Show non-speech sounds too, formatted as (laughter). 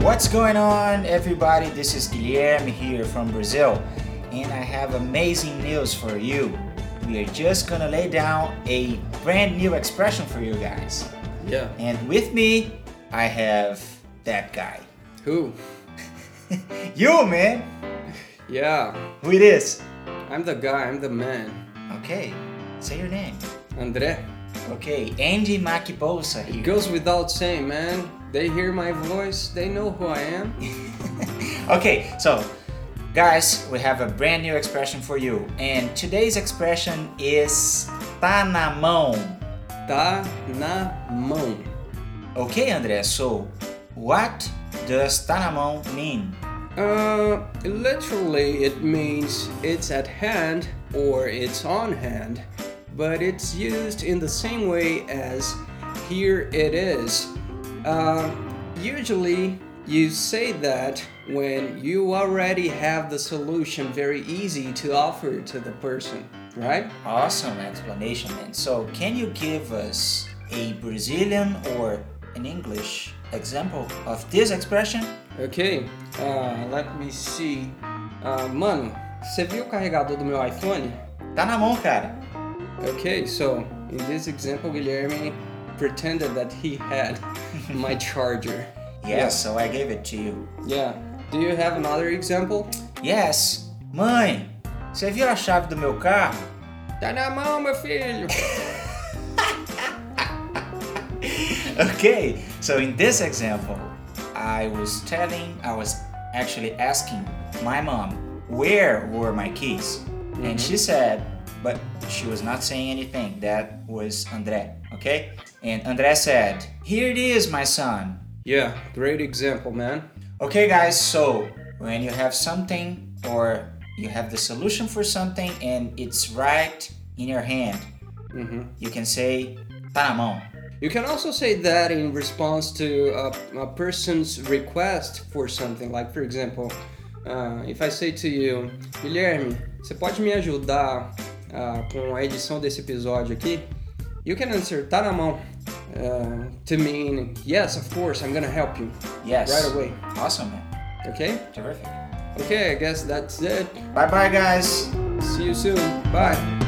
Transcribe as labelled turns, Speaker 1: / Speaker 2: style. Speaker 1: What's going on, everybody? This is Guilherme here from Brazil, and I have amazing news for you. We are just gonna lay down a brand new expression for you guys.
Speaker 2: Yeah.
Speaker 1: And with me, I have that guy.
Speaker 2: Who?
Speaker 1: You, man!
Speaker 2: Yeah.
Speaker 1: Who it is?
Speaker 2: I'm the guy, I'm the man.
Speaker 1: Okay, say your name.
Speaker 2: Andre.
Speaker 1: Okay, Andy Makibosa
Speaker 2: It
Speaker 1: here.
Speaker 2: goes without saying, man. They hear my voice, they know who I am.
Speaker 1: Okay, so guys, we have a brand new expression for you, and today's expression is tá na mão.
Speaker 2: Tá na mão.
Speaker 1: Okay, André, so what does tá na mão mean?
Speaker 2: Uh, literally, it means it's at hand or it's on hand, but it's used in the same way as here it is. Uh, usually, you say that when you already have the solution very easy to offer to the person, right?
Speaker 1: Awesome explanation, man. So, can you give us a Brazilian or an English example of this expression?
Speaker 2: Ok, uh, let me see. Uh, mano, você viu o carregador do meu iPhone?
Speaker 1: Tá na mão, cara.
Speaker 2: Okay, so in this example, Guilherme pretended that he (laughs) had my charger.
Speaker 1: Yes, so I gave it to you.
Speaker 2: Yeah. Do you have another example?
Speaker 1: Yes. Mãe, você viu a chave do meu carro?
Speaker 2: Tá na mão, meu filho!
Speaker 1: (laughs) Okay, so in this example, I was telling, I was actually asking my mom where were my keys, and she
Speaker 2: Mm-hmm.
Speaker 1: said, but she was not saying anything. That was André, okay? And André said, "Here it is, my son."
Speaker 2: Yeah, great example, man.
Speaker 1: Okay, guys. So when you have something or you have the solution for something and it's right in your hand,
Speaker 2: Mhm.
Speaker 1: you can say "tá na mão."
Speaker 2: You can also say that in response to a, a person's request for something. Like, for example, uh, if I say to you, Guilherme, você pode me ajudar ah, com a edição desse episódio aqui? You can answer, tá na mão. Uh, to mean, yes, of course, I'm gonna help you
Speaker 1: Yes.
Speaker 2: right away.
Speaker 1: Awesome, man.
Speaker 2: Okay?
Speaker 1: Terrific.
Speaker 2: Okay, I guess that's it.
Speaker 1: Bye, bye, guys.
Speaker 2: See you soon. Bye.